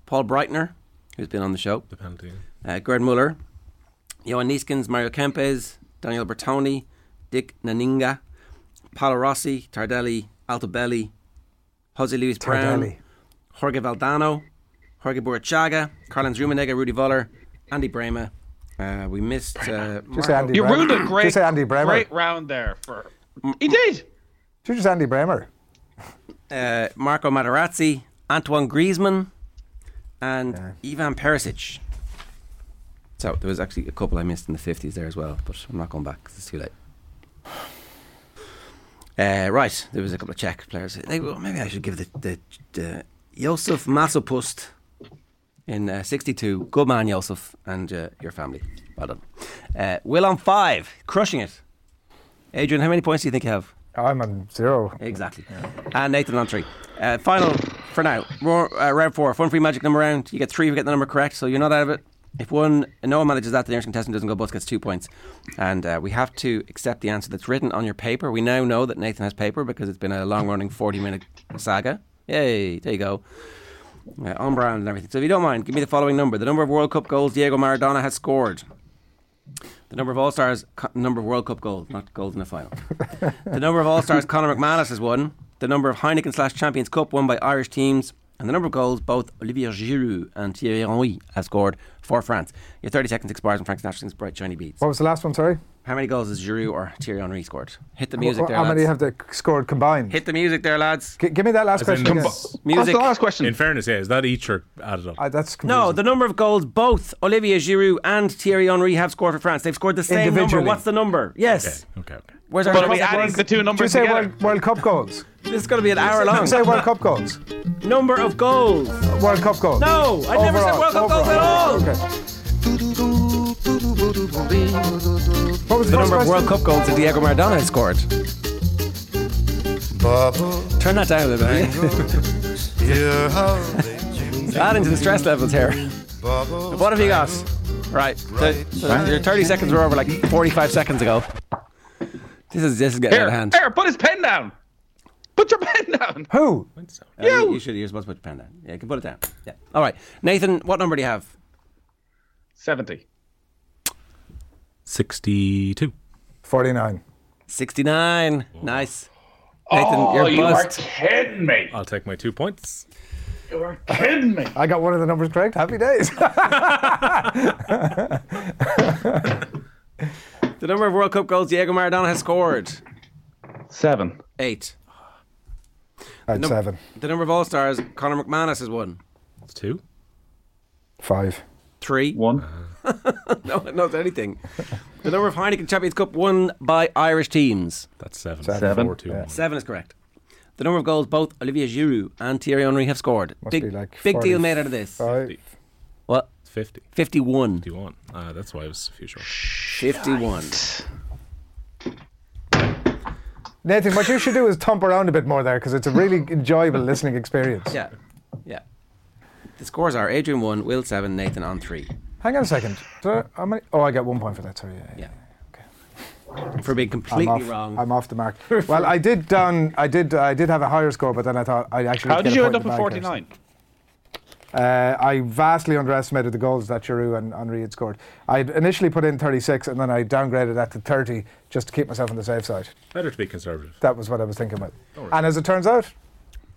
S7: Paul Breitner, who's been on the show,
S9: The penalty.
S7: uh, Gerd Muller, Johan Niskins, Mario Kempes, Daniel Bertoni, Dick Naninga, Paolo Rossi, Tardelli, Altobelli, Jose Luis Brown,
S10: Tardelli.
S7: Jorge Valdano, Jorge Burachaga, Carlins Rumenega, Rudy Voller, Andy Brema. Uh, we missed uh,
S10: Just
S7: Marco-
S10: say Andy
S11: You
S10: Bremer.
S11: ruined a great,
S10: Just say Andy Bremer. Mm,
S11: great round there. For he did.
S10: Should you just Andy Bremer?
S7: uh, Marco Materazzi, Antoine Griezmann, and Ivan Perisic. So there was actually a couple I missed in the fifties there as well, but I'm not going back 'cause it's too late. Uh, right, there was a couple of Czech players. They- well, maybe I should give the the, the Josef Masopust in uh, '62. Good man, Josef, and uh, your family. Well done. Uh, Will on five, crushing it. Adrian, how many points do you think you have?
S10: I'm on zero.
S7: Exactly. And Nathan on three. Uh, final for now. Roar, uh, round four. Fun free magic number round. You get three if you get the number correct, so you're not out of it. If one no one manages that, the nearest contestant doesn't go bust gets two points. And uh, we have to accept the answer that's written on your paper. We now know that Nathan has paper because it's been a long running 40 minute saga. Yay, there you go. Uh, on brand and everything. So if you don't mind, give me the following number the number of World Cup goals Diego Maradona has scored. The number of All Stars, co- number of World Cup goals, not goals in the final. the number of All Stars Conor McManus has won. The number of Heineken slash Champions Cup won by Irish teams. And the number of goals both Olivier Giroud and Thierry Henry have scored for France. Your 30 seconds expires when Frank's Nash sings Bright Shiny Beats.
S10: What was the last one? Sorry.
S7: How many goals has Giroud or Thierry Henry scored? Hit the music
S10: How-
S7: there,
S10: How
S7: lads.
S10: many have they scored combined?
S7: Hit the music there, lads.
S10: G- give me that last
S9: As in-
S10: question. again.
S9: Combi-
S11: That's
S7: Music.
S11: the last question.
S9: In fairness, yeah, is that each or added up?
S10: Ah, that's
S7: No,
S10: confusing.
S7: the number of goals both Olivier Giroud and Thierry Henry have scored for France. They've scored the same number.
S10: Individually.
S7: What's the number? Yes.
S9: Okay, okay.
S7: Where's our
S11: but are we
S7: cross-
S11: adding the two
S10: Did you
S11: numbers
S10: say
S11: together?
S10: World, World Cup goals?
S7: This is going to be an hour
S10: Did
S7: long.
S10: you say World Cup goals?
S7: Number of goals.
S10: World Cup goals?
S7: No, I never said World Cup goals at all.
S10: Okay. What was the,
S7: The
S10: first
S7: number of
S10: question?
S7: World Cup goals that Diego Maradona has scored. Turn that down a little bit. It's Adding to the stress levels here. What have you got? Right, the, the- your 30 seconds were over like 45 seconds ago. This is this is getting out
S11: Here,
S7: of hand.
S11: here, put his pen down. Put your pen down.
S10: Who?
S7: Yeah, Uh, you, you should. You're supposed to put your pen down. Yeah, you can put it down. Yeah. All right, Nathan, what number do you have?
S11: 70.
S9: 62.
S10: 49.
S7: 69. Nice. Nathan, you're
S11: Oh, you are
S7: buzzed.
S11: kidding me.
S9: I'll take my two points.
S11: You are kidding me.
S10: I got one of the numbers correct. Happy days. [laughs]
S7: The number of World Cup goals Diego Maradona has scored.
S11: Seven.
S7: Eight.
S10: At seven.
S7: The number of All Stars Conor McManus has won.
S9: It's two.
S10: Five.
S7: Three.
S11: One.
S7: [laughs]
S10: Uh,
S7: No, one knows anything. The number of Heineken Champions Cup won by Irish teams.
S9: That's seven.
S10: Seven.
S9: Four, two,
S10: Yeah.
S9: one.
S7: Seven is correct. The number of goals both Olivier Giroud and Thierry Henry have scored. big
S10: be like
S7: big
S10: 40.
S7: deal made out of this.
S10: Five.
S7: What?
S9: It's 50.
S7: 51.
S9: 51. Uh, that's why it was a few short.
S7: 51.
S10: Nathan, what you should do is thump around a bit more there because it's a really enjoyable listening experience.
S7: Yeah. Yeah. The scores are Adrian 1, Will 7, Nathan on 3.
S10: Hang on a second. Did I- how many- oh, I get one point for that. Sorry. Yeah. yeah.
S7: For being completely
S10: I'm off,
S7: wrong.
S10: I'm off the mark. well, I did down. I did. I did have a higher score, but then I thought I actually.
S11: How
S10: get
S11: did
S10: a
S11: you
S10: point in
S11: end up
S10: the
S11: at
S10: bag there, Uh,
S11: 49?
S10: I vastly underestimated the goals that Giroud and Henri had scored. I would initially put in 36 and then I downgraded that to 30 just to keep myself on the safe side.
S9: Better to be conservative.
S10: That was what I was thinking about.
S9: Don't worry.
S10: And as it turns out,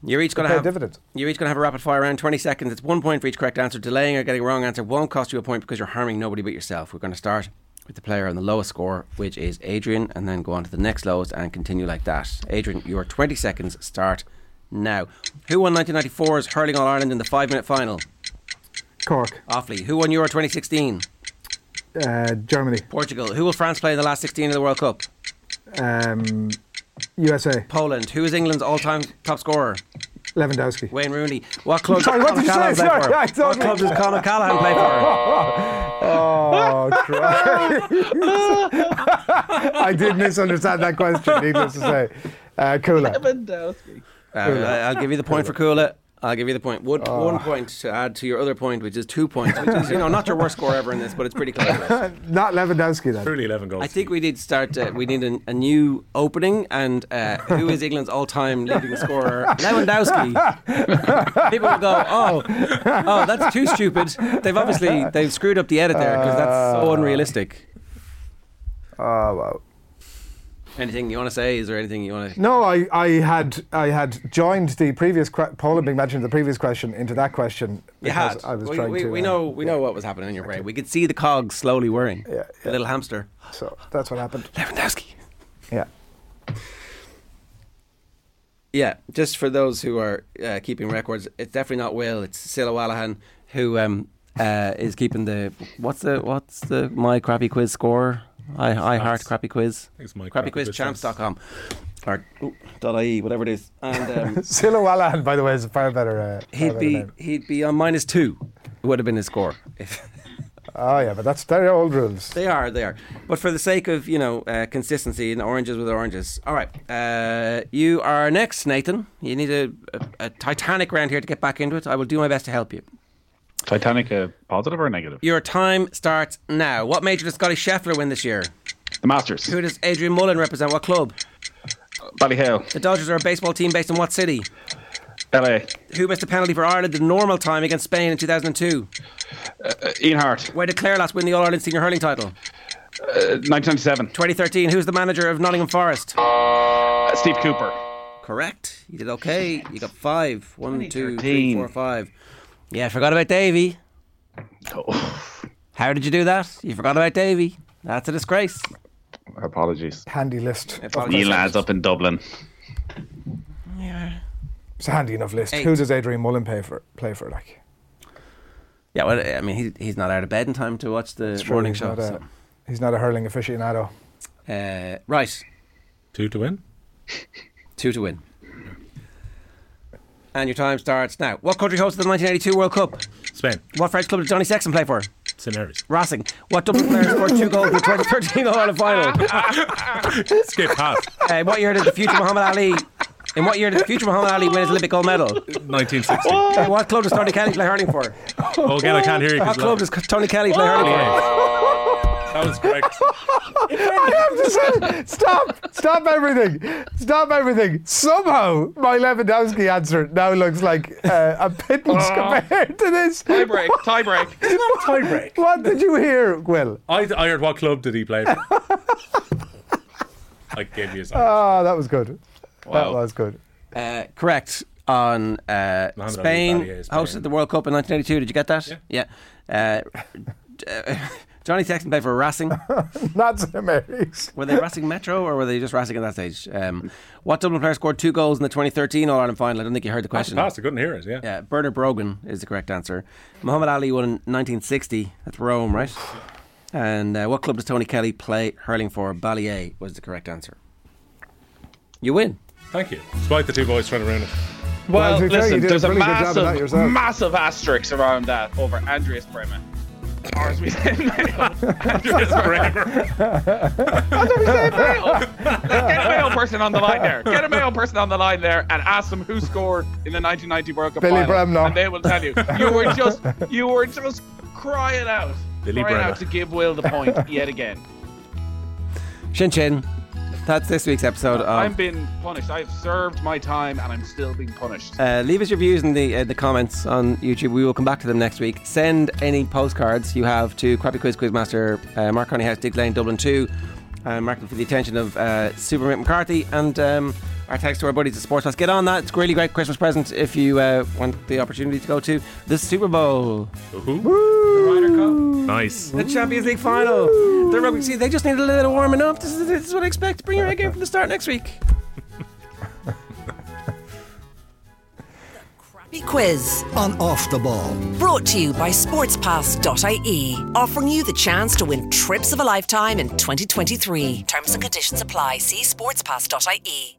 S7: You're each going to
S10: Pay
S7: have
S10: dividends.
S7: You're each going to have a rapid fire round, 20 seconds. It's one point for each correct answer. Delaying or getting a wrong answer won't cost you a point because you're harming nobody but yourself. We're going to start with the player on the lowest score, which is Adrian, and then go on to the next lowest and continue like that. Adrian, your 20 seconds start now. Who won 1994's Hurling All Ireland in the five minute final?
S10: Cork,
S7: Offaly. Who won Euro 2016?
S10: uh, Germany,
S7: Portugal. Who will France play in the last 16 of the World Cup?
S10: um, USA,
S7: Poland. Who is England's all time top scorer?
S10: Lewandowski.
S7: Wayne Rooney. What club
S10: Sorry,
S7: does
S10: what did
S7: Conor
S10: you
S7: Callahan
S10: say? Sorry, I
S7: play for?
S10: don't
S7: what club
S10: know.
S7: does Conor Callahan play for?
S10: Oh, Christ. [laughs] I did misunderstand that question, needless to say. Uh, Kula.
S11: Lewandowski.
S7: Uh, I- I'll give you the point for Kula. I'll give you the point. One,
S10: Ah.
S7: one point to add to your other point, which is two points, which is you know not your worst score ever in this, but it's pretty close.
S10: Not Lewandowski, then.
S9: Truly 11 goals.
S7: I think we need to start. Uh, we need an, a new opening, and uh, who is England's all-time leading scorer? Lewandowski. People will go, oh, oh, that's too stupid. They've obviously they've screwed up the edit there because that's
S10: Ah.
S7: so unrealistic.
S10: Oh, wow.
S7: Anything you want to say? Is there anything you want to?
S10: No, I, I had I had joined the previous que- Poland being mentioned in the previous question into that question
S7: You
S10: because
S7: had.
S10: I was
S7: we,
S10: trying
S7: we,
S10: to.
S7: we
S10: uh,
S7: know we know what was happening in your brain. We could see the cogs slowly whirring.
S10: Yeah,
S7: The
S10: yeah.
S7: little hamster.
S10: So that's what happened.
S7: Lewandowski.
S10: Yeah.
S7: Yeah, just for those who are uh, keeping records, it's definitely not Will. It's Silla Wallahan who um, uh, is keeping the what's the what's the my crappy quiz score? I I heart crappy quiz.
S9: it's my crappy
S7: Crappy
S9: quiz
S7: quiz champs.com or ooh, dot ie whatever it is. [laughs] And um,
S10: Silla Wallahan, by the way, is a far better. Uh, far
S7: he'd
S10: better
S7: be
S10: name.
S7: he'd be on minus two. Would have been his score. If
S10: Oh yeah, but that's very old rules.
S7: they are, they are. But for the sake of you know uh, consistency and oranges with oranges. All right, uh, you are next, Nathan. You need a, a, a Titanic round here to get back into it. I will do my best to help you.
S11: Titanic, a positive or a negative?
S7: Your time starts now. What major does Scotty Scheffler win this year?
S11: The Masters.
S7: Who does Adrian Mullen represent? What club?
S11: Ballyhale.
S7: The Dodgers are a baseball team based in what city?
S11: LA.
S7: Who missed a penalty for Ireland in normal time against Spain in 2002?
S11: Uh, Ian Hart.
S7: Where did Clare last win the All Ireland senior hurling title?
S11: Uh, 1997.
S7: 2013. Who's the manager of Nottingham Forest?
S11: Uh, Steve
S10: [sighs]
S11: Cooper.
S7: Correct. You did okay. You got five. One, two, three,
S11: 2013.
S7: four, five. Yeah, I forgot about Davy. How did you do that? You forgot about Davy. That's a disgrace.
S11: Apologies.
S10: Handy list.
S11: You lads up in Dublin.
S10: It's a handy enough list.
S7: Eight.
S10: Who does Adrian Mullen pay for? Play for like?
S7: Yeah, well, I mean, he's, he's not out of bed in time to watch the
S10: Surely
S7: morning
S10: he's
S7: show.
S10: Not a,
S7: so.
S10: He's not a hurling aficionado.
S7: Uh, right,
S9: Two to win.
S7: two to win. And your time starts now. What country hosted the 1982 World Cup?
S9: Spain.
S7: What French club did Johnny Sexton play for?
S9: Scenarios.
S7: Racing. What Dublin player scored two goals in the 2013 All Ireland [laughs] final?
S9: Skip past.
S7: [laughs] Uh, what year did the future Muhammad Ali? In what year did the future Muhammad Ali win his Olympic gold medal?
S9: 1960.
S7: Uh, what club does Tony Kelly play hurling for?
S9: Oh, again, I can't hear you.
S7: What
S9: 'cause
S7: club
S9: loud. Oh,
S7: does Tony Kelly play hurling for?
S9: That was correct.
S10: I have to say, [laughs] stop, stop everything, stop everything. Somehow, my Lewandowski answer now looks like uh, a pittance compared to this.
S11: Tie break. Tie
S10: [laughs]
S11: break.
S9: Tie break.
S10: What did you hear, Will?
S9: I, I heard what club did he play for?
S7: [laughs]
S9: I gave you a sign.
S10: Ah, that was good. That
S11: Wow.
S10: was good.
S7: Uh, correct on uh,
S9: Muhammad
S7: Spain,
S9: Ali, Badier, Spain.
S7: hosted the World Cup in 1982. Did you get that? Yeah. Uh, d- uh, [laughs] Johnny Sexton played for Racing.
S10: Not St. Mary's.
S7: Were they Racing Metro or were they just Racing at that stage? Um, what Dublin player scored two goals in the 2013 All Ireland final? I don't think you heard the
S9: That's
S7: question.
S9: past. I couldn't hear it. Yeah.
S7: Yeah, Bernard Brogan is the correct answer. Muhammad Ali won in 1960 at Rome, right? And uh, what club does Tony Kelly play hurling for? Ballier was the correct answer. You win.
S9: Thank you. Despite the two boys trying to ruin it.
S7: [laughs]
S10: Well,
S11: Well,
S10: to be fair, you
S11: listen,
S10: did a
S11: there's a
S10: really good job of that
S11: massive,
S10: yourself.
S11: massive asterisk around that over Andreas Bremen. Or as we say in [laughs] Mayo, Andreas Ferreira. That's what we say in Mayo. Let's get a Mayo person on the line there. Get a Mayo person on the line there and ask them who scored in the 1990 World Cup
S10: Billy
S11: final,
S10: Bremner.
S11: and they will tell you. You
S10: [laughs]
S11: were just, you were just crying out,
S7: Billy
S11: crying
S7: Bremner.
S11: out to give Will the point
S7: [laughs]
S11: yet again.
S7: Shin Chin. That's this week's episode
S11: Uh, I'm
S7: of.
S11: being punished. I've served my time and I'm still being punished.
S7: Uh, leave us your views in the uh, the comments on YouTube. We will come back to them next week. Send any postcards you have to Crappy Quiz Quizmaster, uh, Mark Connie House, Dick Lane, Dublin 2, and mark them for the attention of uh, Super Mick McCarthy and um, our thanks to our buddies at Sports House. Get on that. It's a really great Christmas present if you uh, want the opportunity to go to the Super Bowl.
S9: Woo!
S11: Ryder Cup.
S9: Nice.
S7: The Champions League final. The rugby, see, they just need a little warming up. This is, this is what I expect. Bring your A game from the start next week.
S3: Crappy quiz.
S4: on Off the Ball.
S3: Brought to you by sportspass.ie, offering you the chance to win trips of a lifetime in 2023. Terms and conditions apply. See sportspass.ie.